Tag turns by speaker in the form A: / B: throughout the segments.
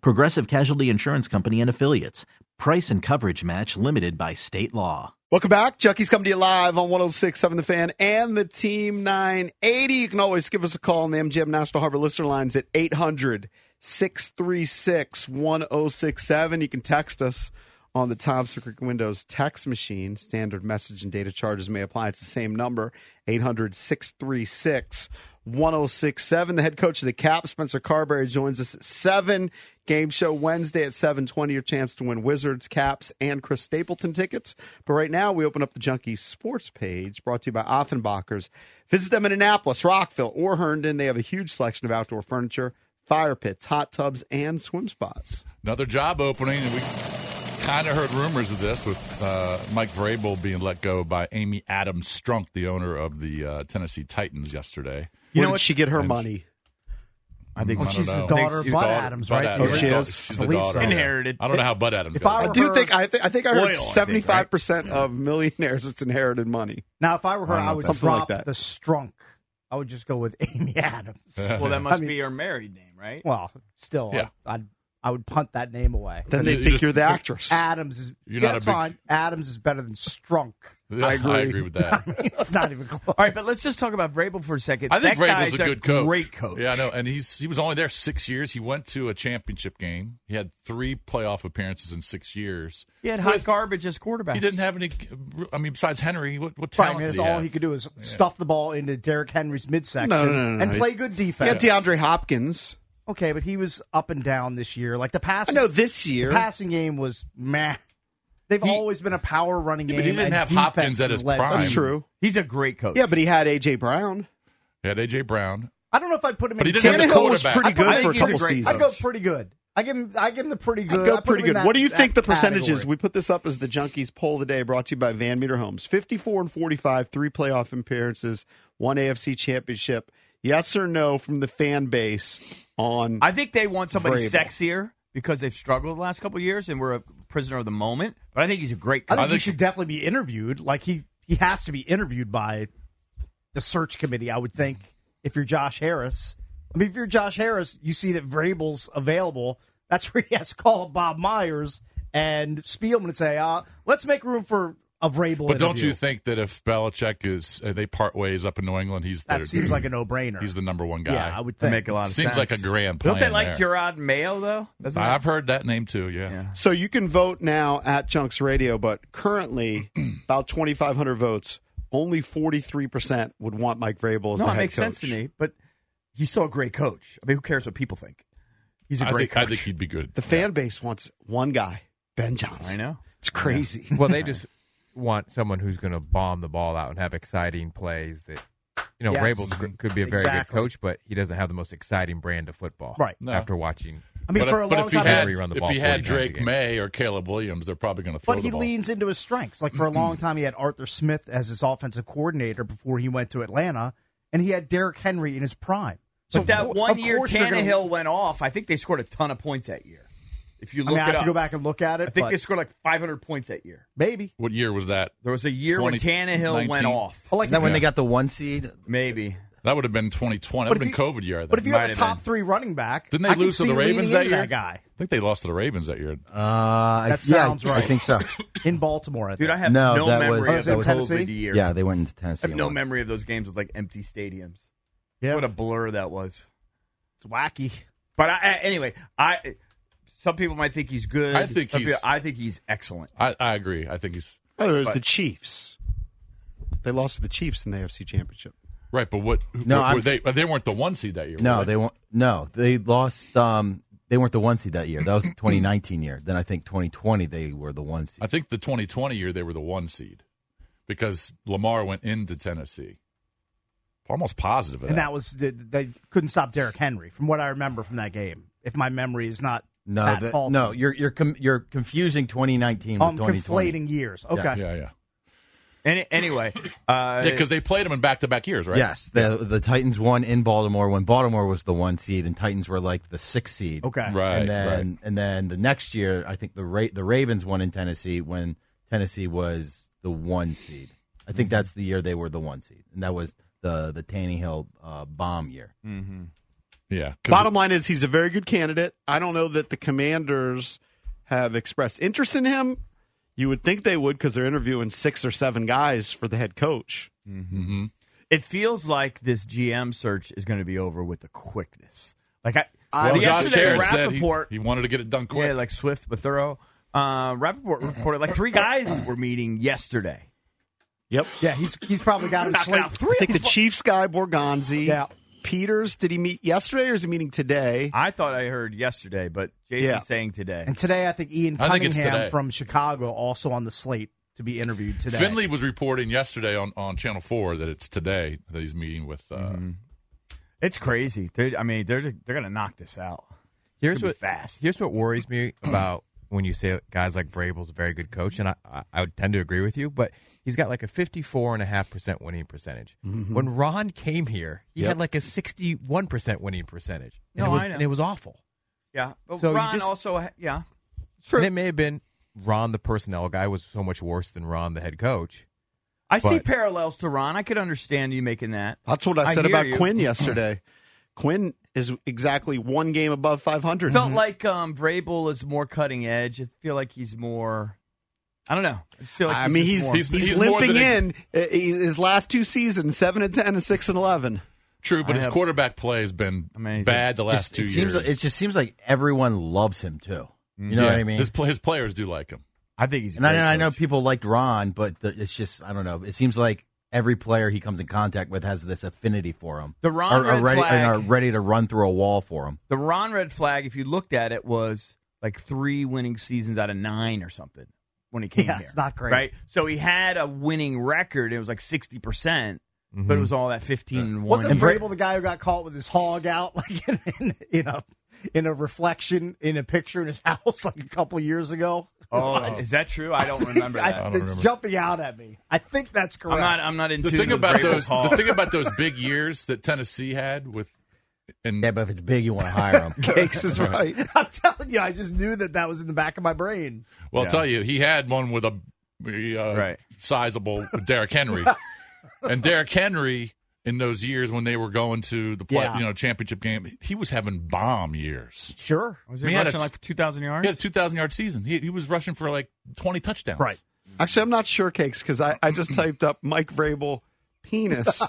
A: Progressive Casualty Insurance Company and Affiliates. Price and coverage match limited by state law.
B: Welcome back. Chucky's coming to you live on 1067 The Fan and the Team 980. You can always give us a call on the MGM National Harbor Listener Lines at 800 636 1067. You can text us on the Thompson Creek Windows text machine. Standard message and data charges may apply. It's the same number, 800 636 1067. The head coach of the Cap, Spencer Carberry, joins us at 7. Game show Wednesday at 720. Your chance to win Wizards, Caps, and Chris Stapleton tickets. But right now, we open up the Junkie Sports page brought to you by Offenbachers. Visit them in Annapolis, Rockville, or Herndon. They have a huge selection of outdoor furniture, fire pits, hot tubs, and swim spas.
C: Another job opening. We kind of heard rumors of this with uh, Mike Vrabel being let go by Amy Adams Strunk, the owner of the uh, Tennessee Titans, yesterday.
B: You know what? She get her money.
C: I think
D: Oh, she's the daughter of Bud Adams, right?
B: Oh, she is?
C: She's
D: I
C: the
D: believe
C: daughter.
D: so.
C: yeah.
E: Inherited.
C: I don't know how Bud Adams.
B: If
C: got
B: I
C: it.
B: were- do think- I think- I think I heard
E: Oil, I think, right?
B: 75% of millionaires it's inherited money.
D: Now, if I were her,
C: I don't
D: I,
C: know
D: would
B: if that's- Something like
D: drop
B: that.
D: the strunk. I would just go with Amy Adams.
E: Well, that must
D: I mean-
E: be her married name, right?
D: well, still,
C: Yeah.
D: I'd, I'd I would punt that name away.
B: Then they
C: You- you
B: think
C: just-
B: you're the actress.
D: Adams is yeah,
C: You're not a
D: that's
C: big-
D: fine. Adams is better than strunk.
C: Yeah, I agree. with that.
D: it's not even close.
E: All right, but let's just talk about Vrabel for a second.
C: I think
E: that
C: Vrabel's
E: guy's
C: a good coach.
E: Great coach.
C: Yeah, I know. And he's he was only there six years. He went to a championship game. He had three playoff appearances in six years.
E: He had hot
C: With-
E: garbage as quarterback.
C: He didn't have any. I mean, besides Henry, what, what
D: Right, I
C: talent
D: mean, that's
C: did he
D: all
C: have?
D: he could do is stuff the ball into Derrick Henry's midsection
B: No, no, no, no,
D: and
B: no.
D: play good
B: You got
D: defense.
B: DeAndre Hopkins.
D: Okay, but he was up and down this year. Like the
B: I
D: passing,
B: know this
D: the
B: year.
D: passing game was meh. They've
C: He-
D: always been a power running
C: Yeah,
D: game.
C: but he didn't
D: and
C: have Hopkins
D: defense
C: at his
D: led
C: prime.
B: That's
D: them.
B: true.
E: He's a great coach.
B: Yeah, but he had A.J. Brown.
C: He had AJ Brown.
D: I don't know if I'd put him
C: But
D: in.
C: he didn't have a
B: Tannehill was
C: quarterback.
B: pretty
E: I
B: good
E: think
B: for a
E: he's a
B: couple
E: great-
B: seasons.
D: I go pretty good. I give him. I give him the pretty good.
B: I
D: I
B: go
D: put
B: pretty
D: him in
B: good.
D: that-
B: what do you
D: that
B: think the percentages?
D: category.
B: We put this up as the Junkies poll today, brought to you by Van Meter Homes. Fifty-four and forty-five, three playoff appearances, one AFC championship. Yes or no from the fan base on
E: I think they want somebody
B: Vrabel.
E: sexier because they've struggled the last couple of years and we're a prisoner of the moment. But I think he's a great
D: I
E: coach.
D: think,
C: I
D: he
C: think-
D: should definitely be interviewed. Like he, he has to be interviewed by the search committee. I would think if you're Josh Harris. I mean, if you're Josh Harris, you see that Vrabel's available. That's where he has to call Bob Myers and Spielman and say, uh, "Let's make room for a Vrabel."
C: But don't
D: interview.
C: you think that if Belichick is uh, they part ways up in New England, he's
D: that
C: their-
D: seems like a no-brainer?
C: he's the number one guy.
D: yeah, I would
E: They
D: think.
E: make a lot of
C: Seems
E: sense.
C: like a grand plan.
E: Don't they like
C: there.
E: Gerard Mayo though? Doesn't
C: I've
E: that-
C: heard that name too. Yeah.
E: Yeah.
B: So you can vote now at Junks Radio, but currently about 2,500 votes. Only 43% would want Mike Vrabel as
E: No,
B: the
E: it
B: head
E: makes sense to
B: coach.
E: me. But he's still a great coach. I mean, who cares what people think? He's a
C: I
E: great
C: think, I
E: coach.
C: think he'd be good.
B: The fan base wants one guy, Ben Johnson.
E: I know.
B: It's crazy.
F: Well, they just want someone who's going to bomb the ball out and have exciting plays that, you know,
D: Yes.
F: Rabel Vrabel could be a very
D: Exactly.
F: good coach, but he doesn't have the most exciting brand of football.
D: Right.
C: No.
F: After watching,
D: I mean,
C: but
D: for
C: if,
D: a
C: but
D: long
C: if he
D: time,
C: had,
F: Henry run the
C: if
F: ball
C: he had
F: 40 times a
C: Drake
F: game.
C: May or Caleb Williams, they're probably going to throw
D: But
C: the
D: he
C: ball. Mm-hmm.
D: leans into his strengths. Like for a long time, he had Arthur Smith as his offensive coordinator before he went to Atlanta, and he had Derrick Henry in his prime.
E: But that
D: of
E: one
D: course
E: year
D: you're gonna-
E: Tannehill went off. I think they scored a ton of points that year.
G: If you
D: I
G: look
D: mean, I
G: it
D: have
G: up,
D: to go back and look at it.
G: I think
D: but
G: they scored like 500 points that year.
D: maybe.
C: What year was that?
E: There was a year when
C: 20,
E: Tannehill went
C: 19.
E: off.
D: I like
H: Isn't that when
C: Yeah.
H: they got the Uh, one seed?
E: Maybe.
C: That would have been 2020. That would have
D: if
C: been COVID year. I think.
D: But if you have a
E: have
D: top
E: been.
D: three running back,
C: Didn't they
D: I can
C: lose to
D: see
C: the
D: leaning
C: Ravens that
D: into
C: year?
D: That guy
C: I think they lost to the Ravens that year.
H: Uh, I-
D: That
H: yeah,
D: sounds
H: I- I
D: right.
H: think so.
D: in Baltimore, I think.
E: Dude, I have
H: No,
E: no,
H: that
E: memory
H: was-
E: of
D: that
E: the
D: was-
E: COVID
D: Tennessee?
E: year.
H: yeah, they went into
E: I
H: Tennessee.
E: have
H: and
E: no
H: won.
E: memory of those games with like empty stadiums.
D: yeah,
E: What a blur that was.
D: it's wacky.
E: But I, I- anyway, I some people might think he's good.
C: I think
E: Some
C: he's-
E: people- I think he's excellent.
C: I, I agree. I think he's
B: Oh, there was
E: But-
B: the Chiefs. They lost to the Chiefs in the AFC Championship.
C: right. But what? who-
H: No,
C: were
H: I'm-
C: they they weren't the one seed that year.
H: No,
C: were
H: they won't. No, they lost. Um, they weren't the one seed that year. That was the 2019 year. Then I think 2020 they were the one
C: I
H: seed.
C: think the 2020 year they were the one seed because Lamar went into Tennessee. Almost positive. Of
D: And that was the, they couldn't stop Derrick Henry, from what I remember from that game. If my memory is not
H: No,
D: that,
H: that-
D: faulty.
H: no, you're you're com- you're confusing 2019 with
D: Oh, I'm
H: 2020.
D: conflating years. Okay,
C: yeah, yeah,
E: Any, anyway, uh,
C: yeah. Because they played him in back to back years, right?
H: Yes, the the Titans won in Baltimore when Baltimore was the one seed and Titans were like the six seed.
D: okay.
C: Right.
H: and then
C: right.
H: and then the next year, I think the Ra- the Ravens won in Tennessee when Tennessee was the one seed. I
C: Mm-hmm.
H: think that's the year they were the one seed, and that was the the Tannehill uh, bomb year.
C: Yeah. 'Cause-
B: Bottom line is he's a very good candidate. I don't know that the Commanders have expressed interest in him. You would think they would because they're interviewing six or seven guys for the head coach.
E: it feels like this GM search is going to be over with the quickness. Like I,
C: Well,
E: well,
C: Josh
E: yesterday,
C: Harris said he,
E: Rappaport-
C: he wanted to get it done quick.
E: Yeah, like Swift but thorough. Uh, Rappaport reported like three guys were meeting yesterday.
B: Yep.
D: Yeah, he's he's probably got him
E: Knocking out
D: slated.
E: three.
B: I think the Chiefs guy Borgonzi.
D: Yeah.
B: Peters, did he meet yesterday or is he meeting today?
E: I thought I hered yesterday, but Jason's
B: Yeah.
E: saying today.
D: And today, I think Ian
C: I think it's
D: Cunningham
C: today.
D: from Chicago also on the slate to be interviewed today.
C: Finley was reporting yesterday on, on Channel 4 that it's today that he's meeting with. Uh,
H: Mm-hmm.
E: It's crazy. They're, I mean, they're they're going to knock this out.
F: Here's
E: Could be
F: what
E: fast.
F: Here's what worries me about when you say guys like Vrabel's a very good coach, and I, I, I would tend to agree with you, but he's got like a fifty four and a half percent winning percentage. When Ron came here, he had like a sixty one percent winning percentage. And
E: No,
F: it was,
E: I know.
F: And it was awful.
E: Yeah. But
F: So you
E: Ron
F: just-
E: also, ha- yeah.
F: And it may have been Ron the personnel guy was so much worse than Ron the head coach.
E: I see
F: But-
E: parallels to Ron. I could understand you making that.
B: That's what I
E: I
B: said
E: hear
B: about
E: you.
B: Quinn yesterday. Quinn is exactly one game above Mm-hmm. 500.
E: Felt like um, Vrabel is more cutting edge. I feel like he's more. I don't know. I feel like
B: I mean,
E: just
B: he's
E: more-
B: he's,
C: he's more
B: limping
C: than a-
B: in uh, his last two seasons, seven and ten, and six and eleven.
C: true, but
E: I
C: his
E: have-
C: quarterback play has been
E: I mean, he's
C: bad the last
H: Just-
C: two
H: it
C: years.
H: Seems like, it just seems like everyone loves him too. You know what I mean?
C: His, pla- his players do like him.
E: I think he's. a
H: and I,
E: great
H: I know
E: coach.
H: people liked Ron, but the, it's just I don't know. It seems like every player he comes in contact with has this affinity for him.
E: The Ron
H: are, are
E: red
H: ready
E: flag.
H: and are ready to run through a wall for him.
E: The Ron red flag, if you looked at it, was like three winning seasons out of nine or something when he came
D: Yeah,
E: here.
D: it's not great.
E: right? So he had a winning record. It was like sixty percent, but it was all that fifteen and one.
D: Wasn't Vrabel the guy who got caught with his hog out, like in, in, in a in a reflection in a picture in his house, like a couple years ago?
E: oh, is that true? I don't remember
D: I-
E: that.
C: don't
D: it's
C: remember.
D: jumping out at me. I think that's correct.
E: I'm not. I'm not in
C: The
E: tune
C: thing
E: with
C: about
E: Vrabel's
C: those
E: hog.
C: the thing about those big years that Tennessee had with and
H: Yeah, but if it's big, you want to hire him.
B: Cakes is right.
D: I'm telling you, I just knew that that was in the back of my brain.
C: Well, I'll
E: Yeah.
C: tell you, he had one with a uh,
E: Right.
C: sizable Derrick Henry, and Derrick Henry in those years when they were going to the play,
D: Yeah.
C: you know championship game, he was having bomb years.
D: Sure.
E: was
C: he
E: he
C: had
E: rushing
C: a-
E: like for two thousand yards?
C: He had a two thousand yard season. He, he was rushing for like twenty touchdowns.
D: Right.
B: Actually, I'm not sure, Cakes, because I, I just typed up Mike Vrabel penis,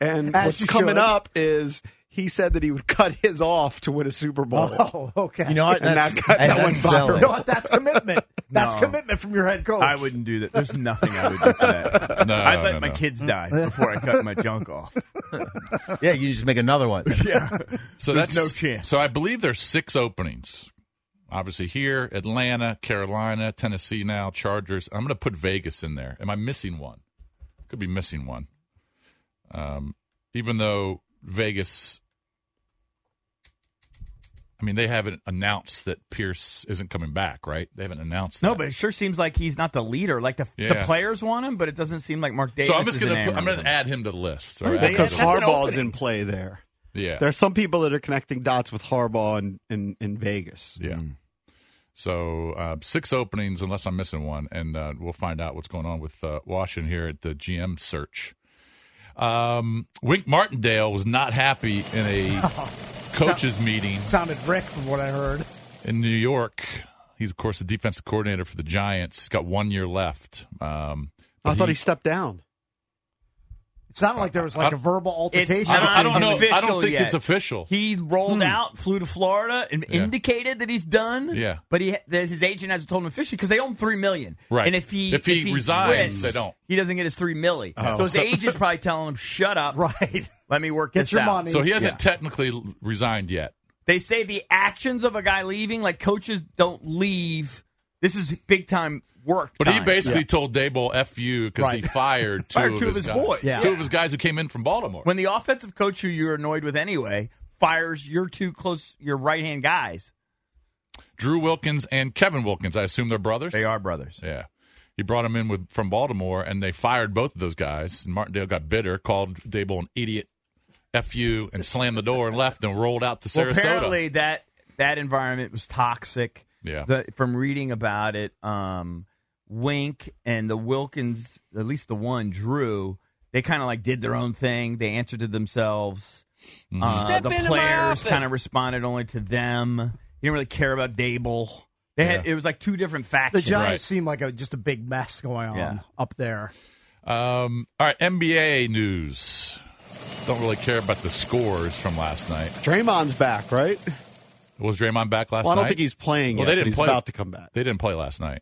B: and
D: As
B: what's
D: you
B: coming
D: should.
B: up is he said that he would cut his off to win a Super Bowl.
D: Oh, okay.
H: You know what?
B: And
H: That's,
B: that got-
H: and
B: that
H: that's
B: went viral.
D: You
H: selling.
D: know what? That's commitment. That's
E: No.
D: commitment from your head coach.
E: I wouldn't do that. There's nothing I would do for that.
C: No,
E: I'd let
C: no,
E: my
C: no.
E: kids die before I cut my junk off.
H: Yeah, you just make another one.
C: So
E: There's
C: that's
E: no chance.
C: So I believe there's six openings. Obviously, here, Atlanta, Carolina, Tennessee now, Chargers. I'm going to put Vegas in there. Am I missing one? Could be missing one. Um, even though Vegas, I mean, they haven't announced that Pierce isn't coming back, right? They haven't announced
E: No,
C: that.
E: but it sure seems like he's not the leader. Like the, the
C: Yeah.
E: players want him, but it doesn't seem like Mark Davis.
C: so I'm just
E: going to
C: I'm going to add him to the list. or
E: Well,
C: add-
E: they-
B: Because
E: That's an
B: Harbaugh's
E: opening.
B: in play there.
C: yeah,
B: There are some people that are connecting dots with Harbaugh in, in, in Vegas.
C: yeah. Mm. So uh, six openings, unless I'm missing one, and uh, we'll find out what's going on with uh, Washington here at the GM search. Um, Wink Martindale was not happy in a coaches meeting
D: Sounded Rick from what I heard.
C: in New York. He's of course the defensive coordinator for the Giants. He's got one year left. Um,
B: I thought he stepped down.
D: It sounded like there was like a verbal altercation.
E: It's
C: I don't, I
E: not
C: don't know. I
E: official
C: don't think
E: yet.
C: it's official.
E: He rolled out, flew to Florida, and
C: Yeah.
E: indicated that he's done.
C: Yeah.
E: but he there's his agent hasn't told him officially because they owe him three million.
C: Right.
E: and if he
C: If he resigns,
E: quits,
C: they don't.
E: He doesn't get his three milli. Oh. So his agent's probably telling him, "Shut up,
D: Right.
E: Let me work
D: Get
E: this
D: your
E: out."
D: money.
C: so he hasn't
E: Yeah.
C: technically l- resigned yet.
E: They say the actions of a guy leaving, like coaches don't leave. This is big time work.
C: But he
E: time.
C: basically told Dable "f you" because he fired two,
E: Fired
C: of,
E: two of
C: his
E: his
C: guys.
E: boys. Yeah.
C: Two of his guys who came in from Baltimore.
E: when the offensive coach who you're annoyed with anyway fires your two close your right hand guys.
C: Drew Wilkins and Kevin Wilkins. I assume they're brothers.
E: They are brothers.
C: Yeah. He brought him in with from Baltimore, and they fired both of those guys. And Martindale got bitter, called Dable an idiot, f you, and slammed the door and left, and rolled out to
E: Well,
C: Sarasota.
E: apparently that that environment was toxic.
C: Yeah.
E: The, from reading about it, um, Wink and the Wilkins, at least the one Drew, they kind of like did their own thing. They answered to themselves. Uh, the players kind of responded only to them. They didn't really care about Dable. They had it was like two different
D: The
E: factions.
D: Giants seem like a, just a big mess going on
E: Yeah.
D: up there.
C: Um, all right, NBA news. Don't really care about the scores from last night.
B: Draymond's back, right?
C: Was Draymond back last
B: Well, I don't
C: night?
B: think he's playing.
C: Well,
B: yet, but
C: they didn't
B: he's
C: play.
B: about to come back.
C: They didn't play last night.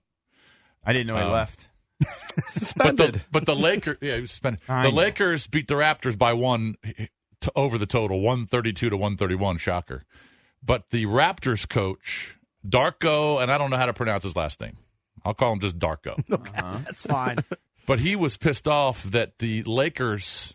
E: I didn't know he
C: Um,
E: left.
C: But
B: Suspended.
C: the, but the Lakers, yeah, he was suspended.
E: I
C: the
E: know.
C: Lakers beat the Raptors by one to, over the total, one thirty-two to one thirty-one. Shocker. But the Raptors coach Darko, and I don't know how to pronounce his last name. I'll call him just Darko.
D: That's fine.
C: but he was pissed off that the Lakers.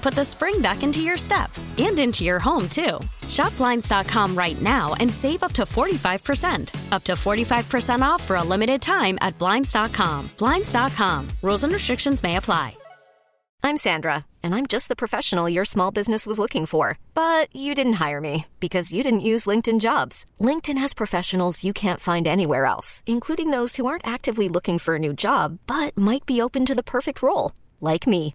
I: put the spring back into your step and into your home, too. Shop Blinds.com right now and save up to 45%. Up to 45% off for a limited time at Blinds.com. Blinds.com. Rules and restrictions may apply.
J: I'm Sandra, and I'm just the professional your small business was looking for. But you didn't hire me because you didn't use LinkedIn jobs. LinkedIn has professionals you can't find anywhere else, including those who aren't actively looking for a new job but might be open to the perfect role, like me.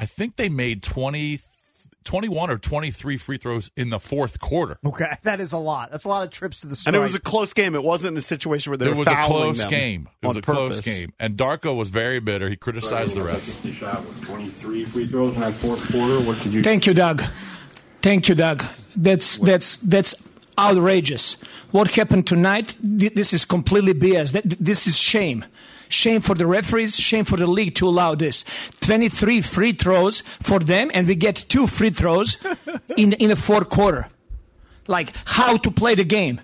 C: I think they made 20, 21 or twenty-three free throws in the fourth quarter.
D: Okay, that is a lot. That's a lot of trips to the store.
B: and it was a close game. It wasn't a situation where they
C: It
B: were
C: was a
B: fouling
C: close
B: them
C: game. It was
B: on
C: a
B: purpose.
C: close game, and Darko was very bitter. He criticized the refs.
K: Shot with 23 free throws in that fourth quarter. What could you?
L: Thank you, Doug. Thank you, Doug. That's that's that's outrageous. What happened tonight? th- This is completely BS. That, this is shame. Shame for the referees. Shame for the league to allow this. Twenty-three free throws for them, and we get two free throws in in the fourth quarter. Like how to play the game.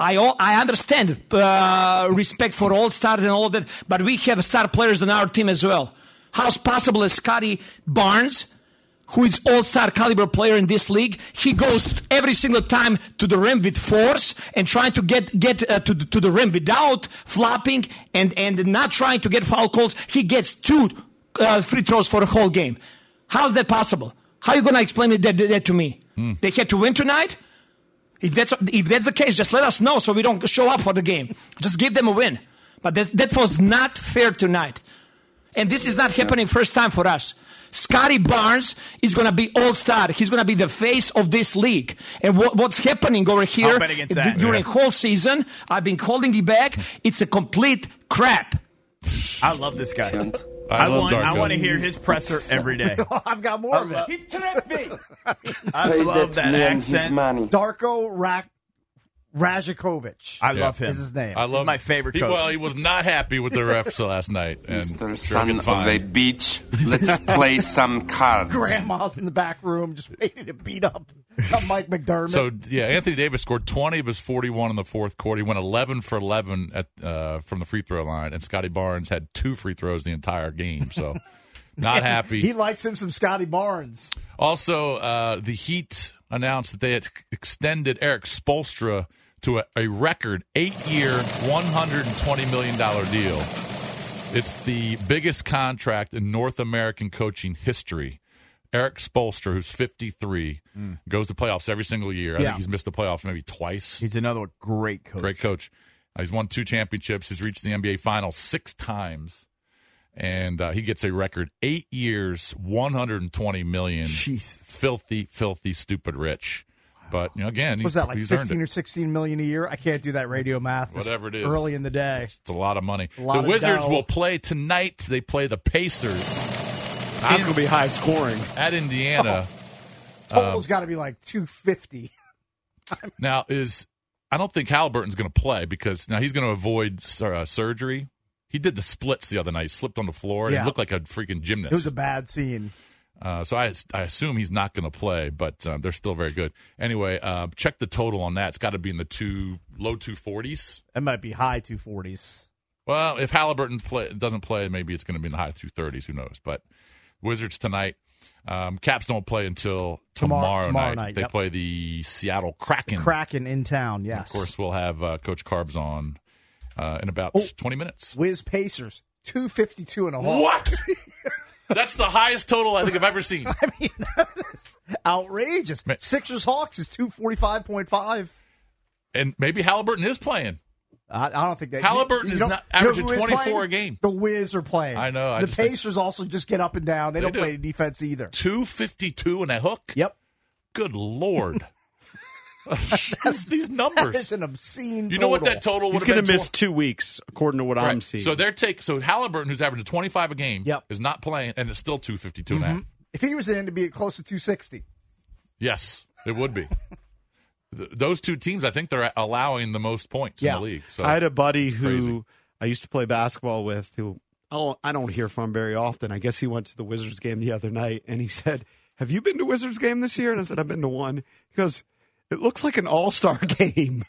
L: I all, I understand uh, respect for all stars and all of that, but we have star players on our team as well. How's possible is Scotty Barnes who is all-star caliber player in this league, he goes every single time to the rim with force and trying to get get uh, to the- to the rim without flopping and and not trying to get foul calls. He gets two uh, free throws for the whole game. How's that possible? How you gonna explain it that, that to me? They had to win tonight. If that's if that's the case, just let us know so we don't show up for the game. Just give them a win. But that that was not fair tonight, and this is not happening first time for us. Scotty Barnes is going to be all star. He's going to be the face of this league. And what, what's happening over here
E: bet against that.
L: d- during
E: Yeah.
L: whole season? I've been calling it back. It's a complete crap.
E: I love this guy. I,
L: I love
E: want. I
L: Darko.
E: want to hear his presser every day.
D: Oh, I've got more of it.
E: He tripped me. I love that accent.
D: Darko Ra- Rajakovic.
C: Yeah.
D: Is his name.
C: I love
D: my favorite
C: He,
D: coach.
C: well, he was not happy with the refs last night. And
M: Mr.
C: sure
M: Son
C: can
M: of
C: find-
M: a Beach, let's play some cards.
D: Grandma's in the back room just waiting to beat up Mike McDermott.
C: So yeah, Anthony Davis scored 20 of his 41 in the fourth quarter. He went 11 for 11 at uh, from the free throw line, and Scotty Barnes had two free throws the entire game. So not happy.
D: He likes him some Scotty Barnes.
C: Also, uh, the Heat announced that they had extended Eric Spolstra to a, a record eight-year, one hundred and twenty million dollar deal. It's the biggest contract in North American coaching history. Eric Spolstra, who's 53, goes to playoffs every single year. I
E: Yeah.
C: think he's missed the playoffs maybe twice.
E: He's another great coach.
C: Great coach. Uh, he's won two championships. He's reached the NBA Finals six times, and uh, he gets a record eight years, one hundred and twenty million. Filthy, filthy, stupid rich. But you know, again, he's,
D: Was that like
C: he's earned it.
D: fifteen or sixteen million a year? I can't do that radio math. this
C: Whatever it is.
D: Early in the day.
C: It's a lot of money.
D: A lot
C: the
D: of
C: Wizards
D: dough.
C: will play tonight. They play the Pacers
B: That's going to be high scoring.
C: at Indiana.
D: Total's
C: Um,
D: got to be like two fifty.
C: Now is I don't think Halliburton's going to play because now he's going to avoid sur- uh, surgery. He did the splits the other night. He slipped on the floor.
D: Yeah.
C: He looked like a freaking
D: It
C: gymnast.
D: was a bad scene.
C: uh, so I, I assume he's not going to play, but uh, they're still very good. Anyway, uh, check the total on that. It's got to be in the two low two forties.
D: That might be high two forties.
C: Well, if Halliburton play, doesn't play, maybe it's going to be in the high two thirties. Who knows? But Wizards tonight. Um, Caps don't play until
D: Tomorrow-
C: tomorrow,
D: tomorrow
C: night.
D: night,
C: They
D: yep.
C: play the Seattle Kraken.
D: Kraken in town. Yes.
C: Of course, we'll have uh, Coach Carbs on uh, in about 20 minutes.
D: Wiz Pacers two fifty two and a half.
C: What? That's the highest total I think I've ever seen.
D: Outrageous. Sixers Hawks is two forty five point five.
C: And maybe Halliburton is playing.
D: I, I don't think that you-
C: Halliburton
D: you
C: is
D: don't-
C: not
D: you know
C: averaging
D: who is
C: 24
D: playing?
C: a game.
D: The Wiz are playing.
C: I know, I
D: the
C: just think-
D: Pacers also just get up and down. They,
C: They
D: don't
C: do.
D: play any defense either.
C: 252 and a hook?
D: Yep.
C: Good Lord. Who's these numbers?
D: That is an obscene.
C: You know what that total would
B: He's
C: have
B: going
C: been
B: to miss
C: tw-
B: two weeks, according to what I'm
C: Right.
B: seeing.
C: So they're take so Halliburton, who's averaging 25 a game, is not playing, and it's still 252 and a half.
D: If he was in, it'd be close to two sixty.
C: Yes, it would be. Th- Those two teams, I think they're allowing the most points in the league. So
B: I had a buddy
C: it's
B: who
C: crazy.
B: I used to play basketball with who oh, I don't hear from very often. I guess he went to the Wizards game the other night and he said, Have you been to Wizards game this year? And I said, I've been to one. He goes, It looks like an all star game.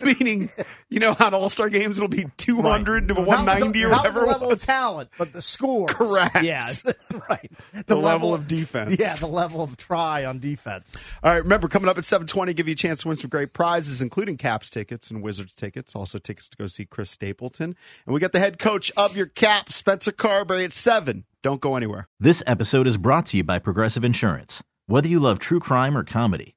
B: Meaning, you know how an all star games it'll be 200 to 190 or
D: not with
B: whatever
D: the
B: it
D: level of
B: was.
D: talent, but the score.
B: Correct.
D: Yes. right. The,
B: level of defense.
D: Yeah, the level of try on defense.
B: All right, remember, coming up at 720, give you a chance to win some great prizes, including Caps tickets and Wizards tickets, also tickets to go see Chris Stapleton. And we got the head coach of your Caps, Spencer Carberry, at 7. Don't go anywhere.
A: This episode is brought to you by Progressive Insurance. Whether you love true crime or comedy,